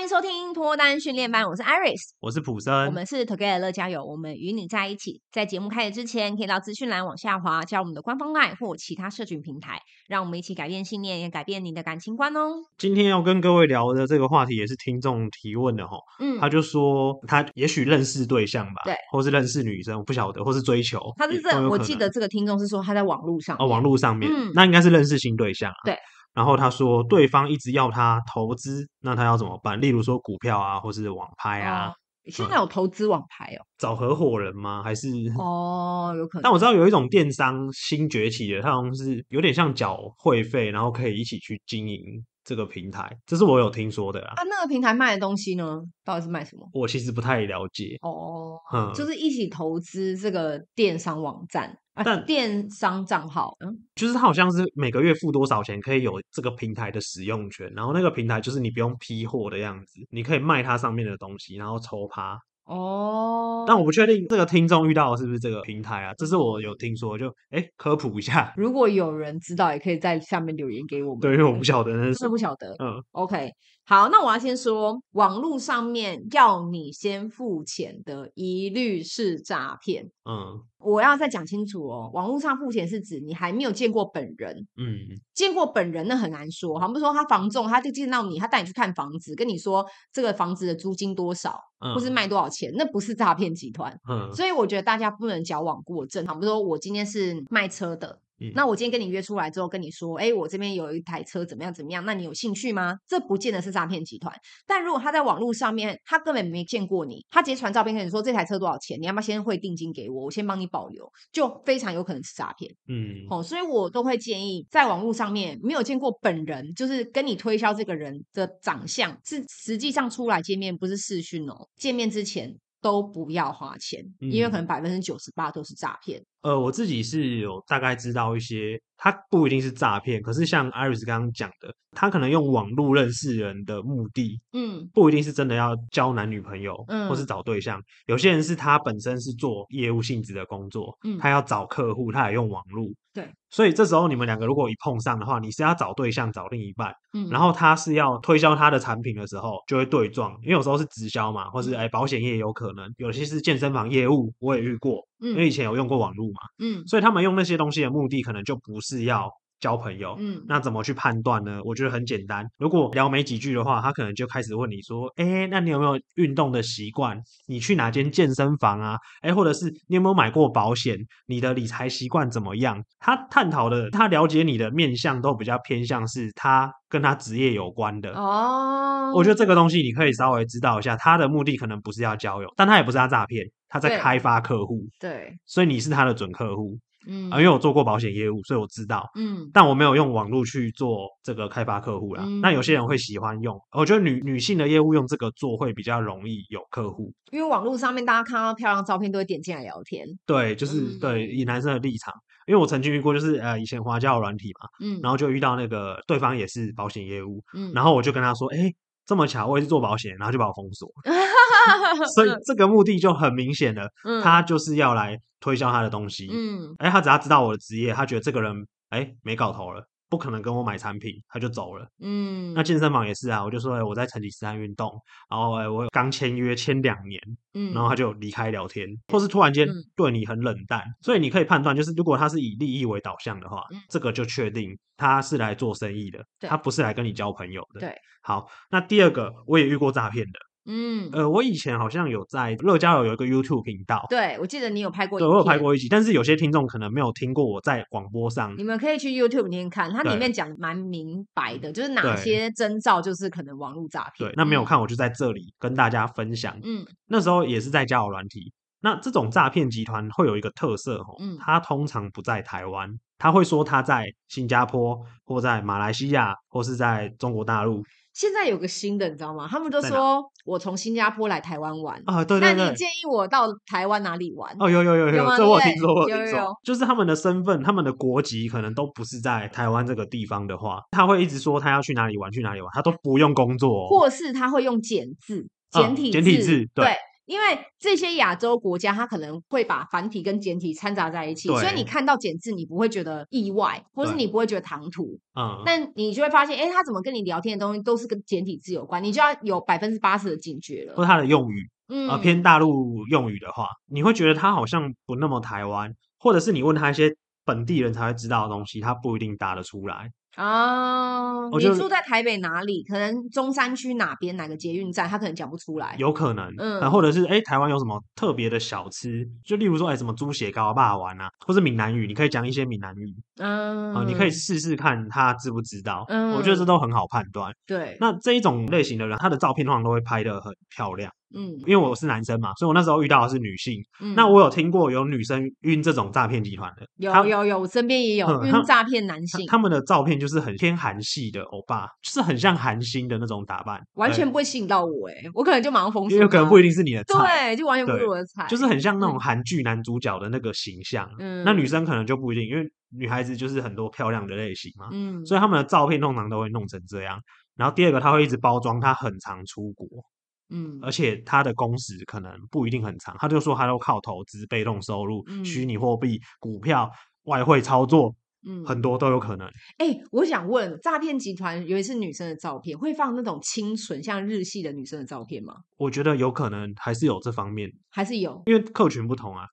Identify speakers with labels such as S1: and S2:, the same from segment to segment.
S1: 迎收听脱单训练班，我是 Iris，
S2: 我是普
S1: 我
S2: 森，
S1: 们是 Together 乐加油，我们与你在一起。在节目开始之前，可以到资讯栏往下滑，加入我们的官方 LINE 或其他社群平台，让我们一起改变信念，也改变你的感情观哦。
S2: 今天要跟各位聊的这个话题也是听众提问的哈，
S1: 嗯，
S2: 他就说他也许认识对象吧，
S1: 对，
S2: 或是认识女生，我不晓得，或是追求，
S1: 他是
S2: 也
S1: 这
S2: 都有，
S1: 我
S2: 可
S1: 记
S2: 能
S1: 得这个听众是说他在网络上
S2: 哦，网
S1: 面
S2: 络上面，
S1: 嗯
S2: 那应该是认识新对象、啊，
S1: 对。
S2: 然后他说对方一直要他投资，那他要怎么办？例如说股票啊，或是网拍啊，
S1: 哦现在有投资网牌
S2: 找合伙人吗？还是？
S1: 哦，哦，有可能
S2: 但。我知道有一种电商新崛起的，它好像是有点像缴会费，然后可以一起去经营这个平台，这是我有嗯听说的啦。
S1: 啊，那个平台卖的东西呢，到底是卖什么？
S2: 我其实不太了解，
S1: 哦，
S2: 嗯，
S1: 就是一起投资这个电商网站啊，
S2: 但
S1: 电商账号，嗯，
S2: 就是它好像是每个月付多少钱可以有这个平台的使用权，然后那个平台就是你不用批货的样子，你可以卖它上面的东西，然后抽趴。
S1: 哦，
S2: 但我不确定这个听众遇到的是不是这个平台啊，这是我有听说，就哎、诶科普一下，
S1: 如果有人知道，也可以在下面留言给我们。
S2: 对，因为我不
S1: 得，
S2: 晓得那
S1: 真
S2: 是
S1: 的不晓得。
S2: 嗯
S1: OK，好，那我要先说，网络上面要你先付钱的，一律是诈骗。
S2: 嗯
S1: 我要再讲清楚哦，网络上付钱是指你还没有见过本人，
S2: 嗯
S1: 见过本人那很难说。好，比如说他房仲，他就见到你，他带你去看房子，跟你说这个房子的租金多少，
S2: 嗯，
S1: 或是卖多少钱，那不是诈骗集团。
S2: 嗯
S1: 所以我觉得大家不能矫枉过正。好，比如说我今天是卖车的，
S2: 嗯
S1: 那我今天跟你约出来之后，跟你说，哎，我这边有一台车，怎么样怎么样？那你有兴趣吗？这不见得是诈骗集团。但如果他在网络上面，他根本没见过你，他直接传照片跟你说这台车多少钱，你要不要先汇定金给我，我先帮你保留，就非常有可能是诈骗。
S2: 嗯
S1: 哦，所以我都会建议，在网络上面没有见过本人，就是跟你推销这个人的长相，是实际上出来见面，不是视讯哦。见面之前都不要花钱，因
S2: 嗯
S1: 为可能百分之九十八都是诈骗。
S2: 呃，我自己是有大概知道一些，它不一定是诈骗，可是像 Iris 刚刚讲的，他可能用网络认识人的目的，
S1: 嗯
S2: 不一定是真的要交男女朋友，或是
S1: 嗯
S2: 找对象。有些人是他本身是做业务性质的工作，
S1: 嗯
S2: 他要找客户，他也用网络。
S1: 对，
S2: 所以这时候你们两个如果一碰上的话，你是要找对象、找另一半，
S1: 嗯，
S2: 然
S1: 后
S2: 后他是要推销他的产品的时候就会对撞，因为有时候是直销嘛，或是
S1: 嗯
S2: 哎保险业有可能，有些是健身房业务，我也遇过，因为
S1: 嗯
S2: 以前有用过网络嘛，
S1: 嗯
S2: 所以他们用那些东西的目的可能就不是要交朋友，
S1: 嗯
S2: 那怎么去判断呢？我觉得很简单，如果聊没几句的话，他可能就开始问你说：“哎，那你有没有运动的习惯？你去哪间健身房啊？哎，或者是你有没有买过保险？你的理财习惯怎么样？”他探讨的，他了解你的面向都比较偏向是他跟他职业有关的。
S1: 哦，
S2: 我觉得这个东西你可以稍微知道一下，他的目的可能不是要交友，但他也不是要诈骗，他在
S1: 对
S2: 开发客户，
S1: 对，
S2: 所以你是他的准客户
S1: 嗯
S2: 啊、因为我做过保险业务，所以我知道。
S1: 嗯
S2: 但我没有用网络去做这个开发客户啦。那有些人会
S1: 嗯
S2: 喜欢用，我觉得女女性的业务用这个做会比较容易有客户。
S1: 因为网络上面大家看到漂亮照片都会点进来聊天。
S2: 对，就是、
S1: 嗯
S2: 对以男生的立场，因为我曾经遇过，就是呃以前花椒软体嘛，
S1: 嗯，
S2: 然后就遇到那个对方也是保险业务，
S1: 嗯
S2: 然后我就跟他说，哎、这么巧，我也是做保险，然后就把我封锁，所以这个目的就很明显了，
S1: 呃 嗯
S2: 他就是要来推销他的东西。
S1: 嗯
S2: 哎，他只要知道我的职业，他觉得这个人哎没搞头了，不可能跟我买产品，他就走了。
S1: 嗯，
S2: 那健身房也是啊，我就说、哎我在成吉思汗运动，然后、哎我刚签约签两年，
S1: 嗯
S2: 然后他就离开聊天，或是突然间
S1: 嗯
S2: 对你很冷淡，所以你可以判断，就是如果他是以利益为导向的话，
S1: 嗯
S2: 这个就确定他是来做生意的，
S1: 对
S2: 他不是来跟你交朋友的。
S1: 对，
S2: 好，那第二个我也遇过诈骗的，
S1: 嗯。
S2: 呃，我以前好像有在乐交友有一个 YouTube 频道，
S1: 对，我记得你有拍过，
S2: 对我有拍过一集，但是有些听众可能没有听过我在广播上
S1: 你们可以去 YouTube 里面看，它里
S2: 嗯对嗯
S1: 面讲得蛮明白的，就是哪
S2: 对
S1: 些征兆就是可能网络诈骗。
S2: 对，那没有
S1: 嗯，
S2: 看我就在这里跟大家分享。
S1: 嗯
S2: 那时候也是在交友软体。那这种诈骗集团会有一个特色吼，
S1: 嗯
S2: 它通常不在台湾，他会说他在新加坡或在马来西亚或是在中国大陆
S1: 现在有个新的，你知道吗？他们都
S2: 在哪
S1: 说我从新加坡来台湾玩，
S2: 啊，对
S1: 那
S2: 对
S1: 你
S2: 对，
S1: 建议我到台湾哪里玩？
S2: 哦有有有
S1: 有吗
S2: 这我有
S1: 对
S2: 听说，我有
S1: 有有
S2: 听
S1: 有
S2: 说，就是他们的身份、他们的国籍可能都不是在台湾这个地方的话，他会一直说他要去哪里玩，去哪里玩，他都不用工作哦，
S1: 或是他会用简字、
S2: 啊
S1: 体
S2: 简体
S1: 字
S2: 字
S1: 对
S2: 对
S1: 因为这些亚洲国家，它可能会把繁体跟简体掺杂在一起，所以你
S2: 对
S1: 看到简字，你不会觉得意外，或是
S2: 对
S1: 你不会觉得唐突，
S2: 嗯，
S1: 但你就会发现，哎，他怎么跟你聊天的东西都是跟简体字有关，你就要有百分之八十的警觉
S2: 或
S1: 了。
S2: 它的用语，
S1: 嗯，
S2: 呃，偏大陆用语的话，你会觉得它好像不那么台湾，或者是你问他一些本地人才会知道的东西，他不一定答得出来。
S1: 啊、
S2: 我
S1: 你
S2: 就
S1: 住在台北哪里？可能中山区哪边哪个捷运站，他可能讲不出来。
S2: 有可能，
S1: 嗯
S2: 嗯，或者是哎、诶台湾有什么特别的小吃？就例如说，哎、什么猪血糕、霸丸啊，或是闽南语，你可以讲一些闽南语
S1: 嗯、
S2: 啊、你可以试试看他知不知道。我觉得这
S1: 嗯
S2: 都很好判断。
S1: 对，
S2: 那这一种类型的人，他的照片通常都会拍得很漂亮。
S1: 嗯
S2: 因为我是男生嘛，所以我那时候遇到的是女性。
S1: 嗯，
S2: 那我有听过有女生晕这种诈骗集团的，她
S1: 有有有，我身边也有
S2: 嗯
S1: 晕
S2: 他
S1: 诈骗男性，
S2: 他们的照片就是很偏韩系的欧巴，就是很像韩星的那种打扮，
S1: 完
S2: 对
S1: 全不会吸引到我、欸，我可能就马上封锁他，
S2: 也有可能不一定是你的菜，
S1: 对，就完全不是
S2: 对
S1: 我的菜，
S2: 就是很像那种
S1: 嗯
S2: 韩剧男主角的那个形象。
S1: 嗯，
S2: 那女生可能就不一定，因为女孩子就是很多漂亮的类型嘛，
S1: 嗯，
S2: 所以他们的照片通常都会弄成这样。然后第二个，他会一直包装，他很常出国，
S1: 嗯
S2: 而且他的工时可能不一定很长。他就说他都靠投资、被动收入、
S1: 嗯
S2: 虚拟货币、股票、外汇操作，
S1: 嗯
S2: 很多都有可能。
S1: 哎、我想问，诈骗集团尤其是女生的照片，会放那种清纯像日系的女生的照片吗？
S2: 我觉得有可能还是有这方面，
S1: 还是有？
S2: 因为客群不同啊，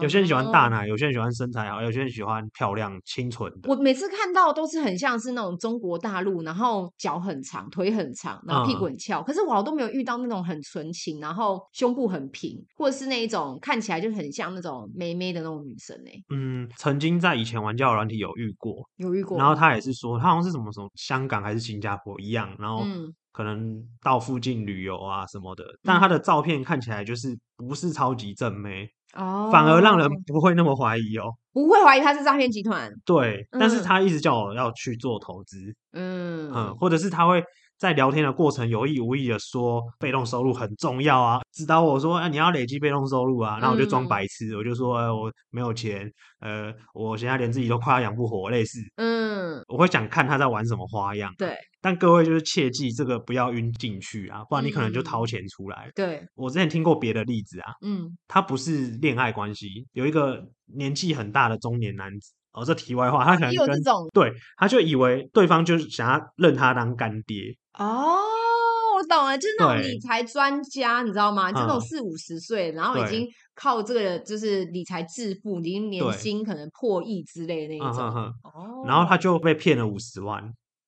S2: 有些人喜欢
S1: 嗯
S2: 大奶，有些人喜欢身材好，有些人喜欢漂亮清纯的。
S1: 我每次看到都是很像是那种中国大陆，然后脚很长，腿很长，然后屁股
S2: 嗯
S1: 很翘。可是我好像都没有遇到那种很纯情，然后胸部很平，或者是那一种看起来就很像那种妹妹的那种女生哎、
S2: 嗯，曾经在以前玩交友软体有遇过，
S1: 有遇过吗？
S2: 然后他也是说，他好像是什么什么香港还是新加坡一样，然后
S1: 嗯
S2: 可能到附近旅游啊什么的，但他的照片看起来就是不是超级正妹，
S1: 哦，
S2: 反而让人不会那么怀疑哦。
S1: 不会怀疑他是诈骗集团。
S2: 对，但是
S1: 嗯
S2: 他一直叫我要去做投资，
S1: 嗯
S2: 嗯，或者是他会在聊天的过程有意无意的说被动收入很重要啊，指导我说啊你要累积被动收入啊，然后我就装
S1: 嗯
S2: 白痴，我就说、呃我没有钱，呃，我现在连自己都快要养不活，类似，
S1: 嗯，
S2: 我会想看他在玩什么花样。
S1: 对
S2: 但各位就是切记这个不要晕进去啊，不然你可能就掏
S1: 嗯
S2: 钱出来。
S1: 对，
S2: 我之前听过别的例子啊，
S1: 嗯
S2: 他不是恋爱关系，有一个年纪很大的中年男子。哦，这题外话，他可能
S1: 也有这
S2: 跟
S1: 种
S2: 对，他就以为对方就是想要认他当干爹，
S1: 哦。我懂了，就是那种理
S2: 对
S1: 财专家，你知道吗？这种
S2: 嗯
S1: 四五十岁，然后已
S2: 对
S1: 经靠这个就是理财致富，已经年
S2: 对
S1: 薪可能破亿之类那一
S2: 嗯
S1: 种。
S2: 哼哼，
S1: 哦，
S2: 然后他就被骗了五十万，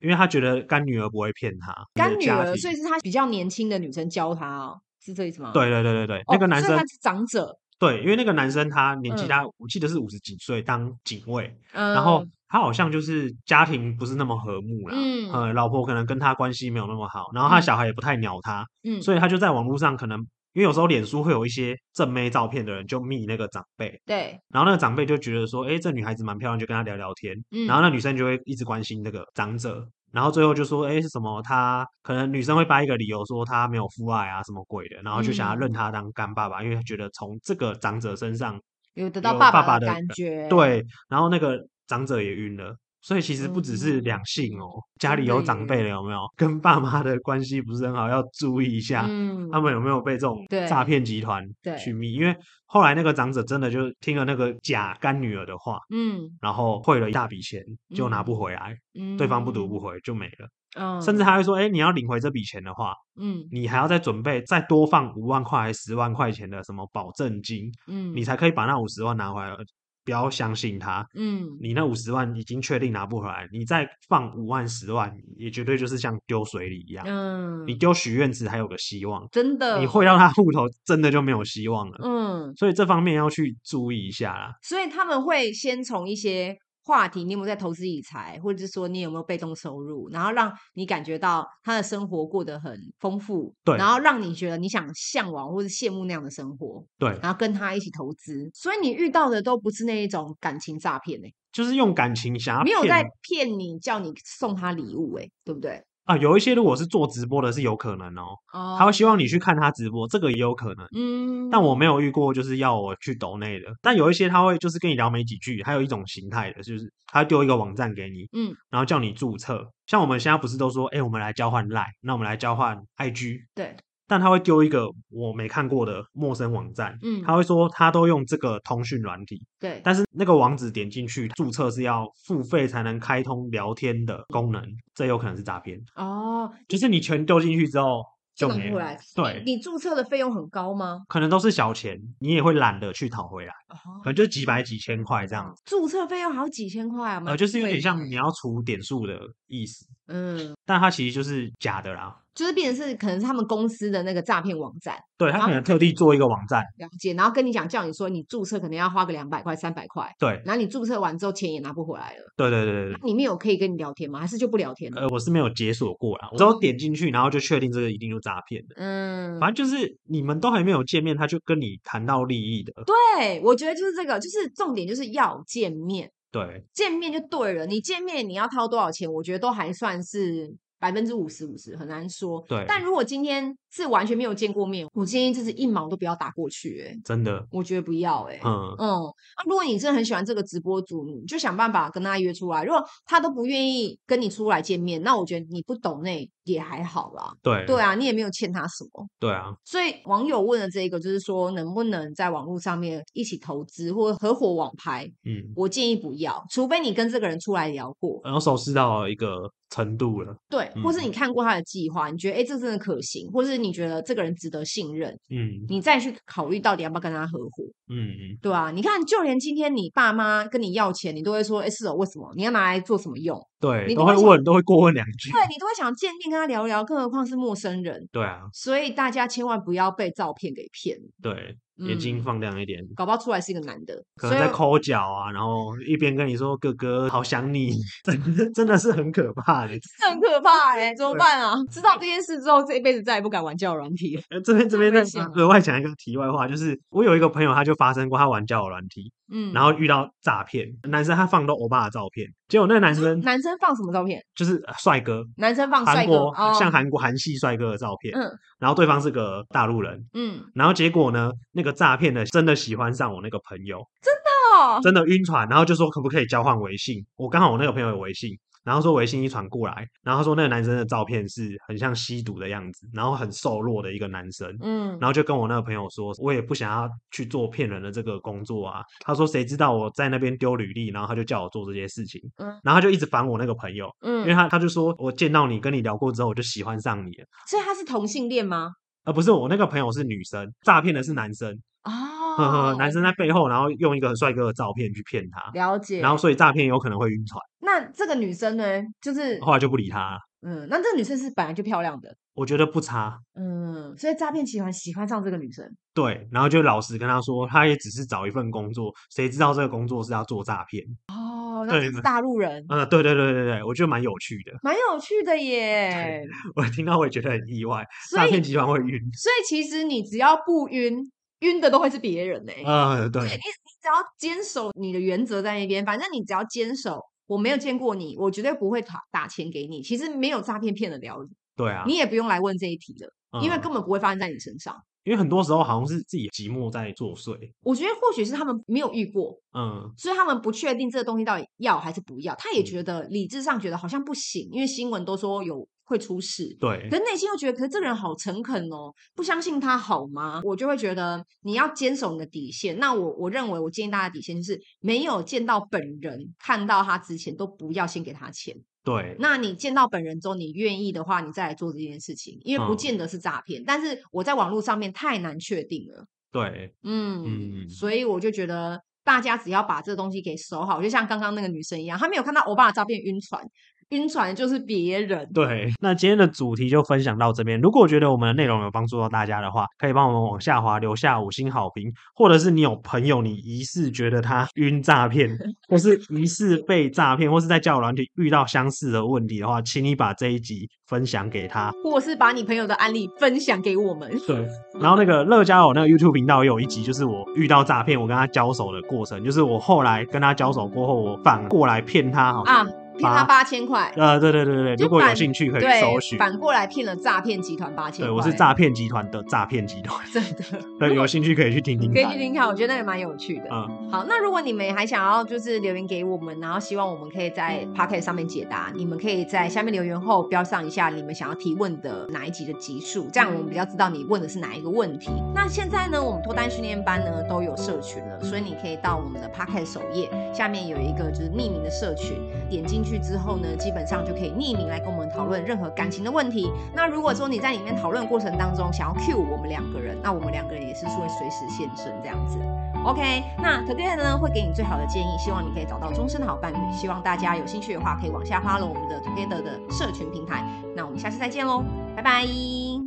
S2: 因为他觉得干女儿不会骗他，
S1: 干
S2: 的
S1: 女
S2: 家
S1: 儿，所以
S2: 庭
S1: 是他比较年轻的女生教他哦，是这意思吗？
S2: 对对对对对，
S1: 哦，
S2: 那个男
S1: 所以
S2: 生
S1: 他是长者，
S2: 对，因为那个男生他年纪
S1: 嗯
S2: 他、我记得是五十几岁当警卫，
S1: 嗯、
S2: 然后他好像就是家庭不是那么和睦啦，
S1: 嗯
S2: 呃，老婆可能跟他关系没有那么好，然后他
S1: 嗯
S2: 小孩也不太鸟他，
S1: 嗯，
S2: 所以他就在网络上可能。因为有时候脸书会有一些正妹照片的人就密那个长辈，
S1: 对，
S2: 然后那个长辈就觉得说，哎，这女孩子蛮漂亮，就跟她聊聊天。
S1: 嗯，
S2: 然后那女生就会一直关心那个长者，然后最后就说，哎，是什么？她可能女生会掰一个理由说她没有父爱啊，什么鬼的，然后就想要
S1: 嗯
S2: 认他当干爸爸，因为她觉得从这个长者身上，
S1: 有得到
S2: 有
S1: 爸
S2: 爸爸
S1: 的
S2: 的
S1: 感觉，，
S2: 对，然后那个长者也晕了。所以其实不只是
S1: 嗯
S2: 两性哦，家
S1: 真
S2: 里
S1: 的
S2: 有长辈
S1: 耶
S2: 的有没有跟爸妈的关系不是很好，要注意一下，
S1: 嗯，
S2: 他们有没有被这种
S1: 对
S2: 诈骗集团
S1: 对
S2: 去密？因为后来那个长者真的就听了那个假干女儿的话，
S1: 嗯
S2: 然后汇了一大笔钱，就拿不回来，
S1: 嗯，
S2: 对方不读不回就没了。
S1: 嗯，
S2: 甚至还会说，哎、你要领回这笔钱的话，
S1: 嗯
S2: 你还要再准备再多放五万块、十万块钱的什么保证金，
S1: 嗯，
S2: 你才可以把那五十万拿回来。不要相信他，
S1: 嗯
S2: 你那五十万已经确定拿不回来，你再放五万、十万，也绝对就是像丢水里一样。
S1: 嗯，
S2: 你丢许愿池还有个希望，
S1: 真的
S2: 你汇到他户头真的就没有希望了。
S1: 嗯，
S2: 所以这方面要去注意一下啦。
S1: 所以他们会先从一些话题，你有没有在投资理财，或者是说你有没有被动收入，然后让你感觉到他的生活过得很丰富，
S2: 对
S1: 然后让你觉得你想向往或者羡慕那样的生活，
S2: 对，
S1: 然后跟他一起投资。所以你遇到的都不是那一种感情诈骗欸
S2: 就是用感情想要
S1: 没有
S2: 骗
S1: 在骗你，叫你送他礼物、欸，对不对？
S2: 啊，有一些如果是做直播的，是有可能哦，
S1: 哦
S2: 他会希望你去看他直播，这个也有可能。
S1: 嗯，
S2: 但我没有遇过，就是要我去抖内的。但有一些他会就是跟你聊没几句，还有一种形态的，就是他丢一个网站给你，
S1: 嗯，
S2: 然后叫你注册。像我们现在不是都说，哎、我们来交换 Line，那我们来交换 IG，
S1: 对，
S2: 但他会丢一个我没看过的陌生网站，
S1: 嗯
S2: 他会说他都用这个通讯软体，
S1: 对，
S2: 但是那个网址点进去注册是要付费才能开通聊天的功能，这有可能是诈骗，
S1: 哦，
S2: 就是你全丢进去之后就
S1: 拿
S2: 没
S1: 不回
S2: 了
S1: 来
S2: 对，
S1: 你注册的费用很高吗？
S2: 可能都是小钱，你也会懒得去讨回来，
S1: 哦
S2: 可，能就几百几千块这样，
S1: 嗯注册费用还有几千块啊？蛮
S2: 呃，就是有
S1: 贵
S2: 点
S1: 的
S2: 像
S1: 欸
S2: 你要除点数的意思，
S1: 嗯，
S2: 但它其实就是假的啦。
S1: 就是变成是可能是他们公司的那个诈骗网站，
S2: 对
S1: 然
S2: 他
S1: 后
S2: 可能特地做一个网站，
S1: 了解，然后跟你讲叫你说你注册可能要花个两百块、三百块，
S2: 对
S1: 然后你注册完之后钱也拿不回来了，
S2: 对对对对
S1: 那里面有可以跟你聊天吗？还是就不聊天了？
S2: 呃，我是没有解锁过啦，我只有点进去，然后就确定这个一定就是诈骗的。
S1: 嗯，
S2: 反正就是你们都还没有见面，他就跟你谈到利益的，
S1: 对，我觉得就是这个，就是重点就是要见面，
S2: 对
S1: 见面就对了。你见面你要掏多少钱，我觉得都还算是百分之五十五十，很难说。
S2: 对，
S1: 但如果今天是完全没有见过面，我建议就是一毛都不要打过去、欸，
S2: 真的，
S1: 我觉得不要、欸，
S2: 嗯，
S1: 嗯，啊，如果你真的很喜欢这个直播主，你就想办法跟他约出来。如果他都不愿意跟你出来见面，那我觉得你不懂那也还好啦。
S2: 对
S1: 对啊，你也没有欠他什么。
S2: 对啊，
S1: 所以网友问的这个就是说，能不能在网络上面一起投资或合伙网拍？
S2: 嗯，
S1: 我建议不要，除非你跟这个人出来聊过，
S2: 然后熟识到一个程度了，
S1: 对，或是
S2: 呃嗯
S1: 你看过他的计划，你觉得哎、诶这真的可行，或是你觉得这个人值得信任，
S2: 嗯
S1: 你再去考虑到底要不要跟他合伙。
S2: 嗯嗯，
S1: 对啊，你看，就连今天你爸妈跟你要钱，你都会说：“哎，是哦，为什么？你要拿来做什么用
S2: 对，
S1: 你
S2: 都
S1: 都
S2: 会
S1: 会想
S2: 问，都会过问两？”句，
S1: 对你都会想见面跟他聊聊，更何况是陌生人。
S2: 对啊，
S1: 所以大家千万不要被照片给骗，
S2: 对，眼睛
S1: 嗯
S2: 放亮一点，
S1: 搞不好出来是一个男的。
S2: 可
S1: 所
S2: 能
S1: 以
S2: 在抠脚啊，然后一边跟你说哥哥好想你，
S1: 嗯
S2: 真的真的是很可怕的。
S1: 这很可怕哎、怎么
S2: 对
S1: 办啊？知道这件事之后，这一辈子再也不敢玩交友软体了。
S2: 呃，这边这
S1: 太
S2: 边
S1: 危
S2: 再
S1: 险了
S2: 额外讲一个题外话，就是我有一个朋友，他就发生过他玩交友软体，
S1: 嗯，
S2: 然后遇到诈骗，男生他放都欧巴的照片，结果那个男生
S1: 男生放什么照片？
S2: 就是呃帅哥，
S1: 嗯男生放帅
S2: 韩
S1: 哥
S2: 国
S1: 哦，
S2: 像韩国韩系帅哥的照片，
S1: 嗯
S2: 然后对方是个大陆人，
S1: 嗯，
S2: 然后结果呢，那个诈骗的真的喜欢上我那个朋友，
S1: 哦，
S2: 真的晕船，然后就说可不可以交换微信？我刚好我那个朋友有微信，然后说微信一传过来，然后他说那个男生的照片是很像吸毒的样子，然后很瘦弱的一个男生，
S1: 嗯，
S2: 然后就跟我那个朋友说，我也不想要去做骗人的这个工作啊。他说谁知道我在那边丢履历，然后他就叫我做这些事情，
S1: 嗯
S2: 然后他就一直烦我那个朋友，因
S1: 嗯，
S2: 为他他就说我见到你跟你聊过之后，我就喜欢上你了，
S1: 所以他是同性恋吗？
S2: 而不是我那个朋友是女生，诈骗的是男生，呵呵，
S1: 哦，
S2: 男生在背后，然后用一个很帅哥的照片去骗他。
S1: 了解。
S2: 然后，所以诈骗有可能会晕船，
S1: 那这个女生呢，就是
S2: 后来就不理他了。
S1: 嗯，那这个女生是本来就漂亮的，
S2: 我觉得不差，
S1: 嗯，所以诈骗集团喜欢上这个女生，
S2: 对，然后就老实跟他说，他也只是找一份工作，谁知道这个工作是要做诈骗？
S1: 哦，
S2: 对
S1: 那这
S2: 呢
S1: 是大陆人，
S2: 呃，对对对对对，我觉得蛮有趣的。
S1: 蛮有趣的耶。
S2: 我听到我也觉得很意外，
S1: 所
S2: 诈
S1: 以，
S2: 骗集团会晕。
S1: 所以其实你只要不晕，晕的都会是别人呢、
S2: 呃，
S1: 对
S2: 对
S1: 你你只要坚守你的原则在那边，反正你只要坚守，我没有见过你，我绝对不会打打钱给你。其实没有诈骗骗得了你，
S2: 对啊，
S1: 你也不用来问这一题了，因为
S2: 嗯
S1: 根本不会发生在你身上。
S2: 因为很多时候好像是自己寂寞在作祟。
S1: 我觉得或许是他们没有遇过，
S2: 嗯，
S1: 所以他们不确定这个东西到底要还是不要。他也
S2: 嗯
S1: 觉得理智上觉得好像不行，因为新闻都说有会出事。
S2: 对
S1: 可，是内心又觉得，可是这个人好诚恳哦，不相信他好吗？我就会觉得你要坚守你的底线。那我我认为，我建议大家的底线就是没有见到本人、看到他之前，都不要先给他钱。
S2: 对，
S1: 那你见到本人之后，你愿意的话，你再来做这件事情，因为不
S2: 嗯
S1: 见得是诈骗。但是我在网络上面太难确定了。
S2: 对，
S1: 嗯，
S2: 嗯
S1: 所以我就觉得大家只要把这个东西给守好，就像刚刚那个女生一样，她没有看到欧巴的照片晕船，晕船的就是别人。
S2: 对。那今天的主题就分享到这边。如果觉得我们的内容有帮助到大家的话，可以帮我们往下滑留下五星好评，或者是你有朋友你疑似觉得他 晕诈骗，或是疑似被诈骗，或是在交友软体遇到相似的问题的话，请你把这一集分享给他。
S1: 或是把你朋友的案例分享给我们。
S2: 对，然后那个乐嘉友那个 YouTube 频道也有一集，就是我遇到诈骗，我跟他交手的过程，就是我后来跟他交手过后，我反过来骗他，好像
S1: 啊，骗他八千块，
S2: 呃，对对对对，
S1: 就
S2: 如果有
S1: 反
S2: 兴趣可以
S1: 对
S2: 搜寻。
S1: 反过来骗了诈骗集团八千
S2: 对，
S1: 块。
S2: 我是诈骗集团的诈骗集团，
S1: 真 的，
S2: 对，有兴趣可以去听听
S1: 可以
S2: 看
S1: 去。听看，我觉得那个蛮有趣的。
S2: 嗯，
S1: 好，那如果你们还想要就是留言给我们，然后希望我们可以在 p o c k e t 上面解答，你们可以在下面留言后标上一下你们想要提问的哪一集的集数，这样我们比较知道你问的是哪一个问题。那现在呢，我们脱单训练班呢都有社群了，所以你可以到我们的 p o c k e t 首页下面有一个就是匿名的社群，点进去之后呢，基本上就可以匿名来跟我们讨论任何感情的问题。那如果说你在里面讨论过程当中想要 cue 我们两个人，那我们两个人也是会随时现身这样子。OK，那 t o g e 呢会给你最好的建议，希望你可以找到终身的好伴侣。希望大家有兴趣的话，可以往下发了我们的 Together 的社群平台。那我们下次再见喽，拜拜。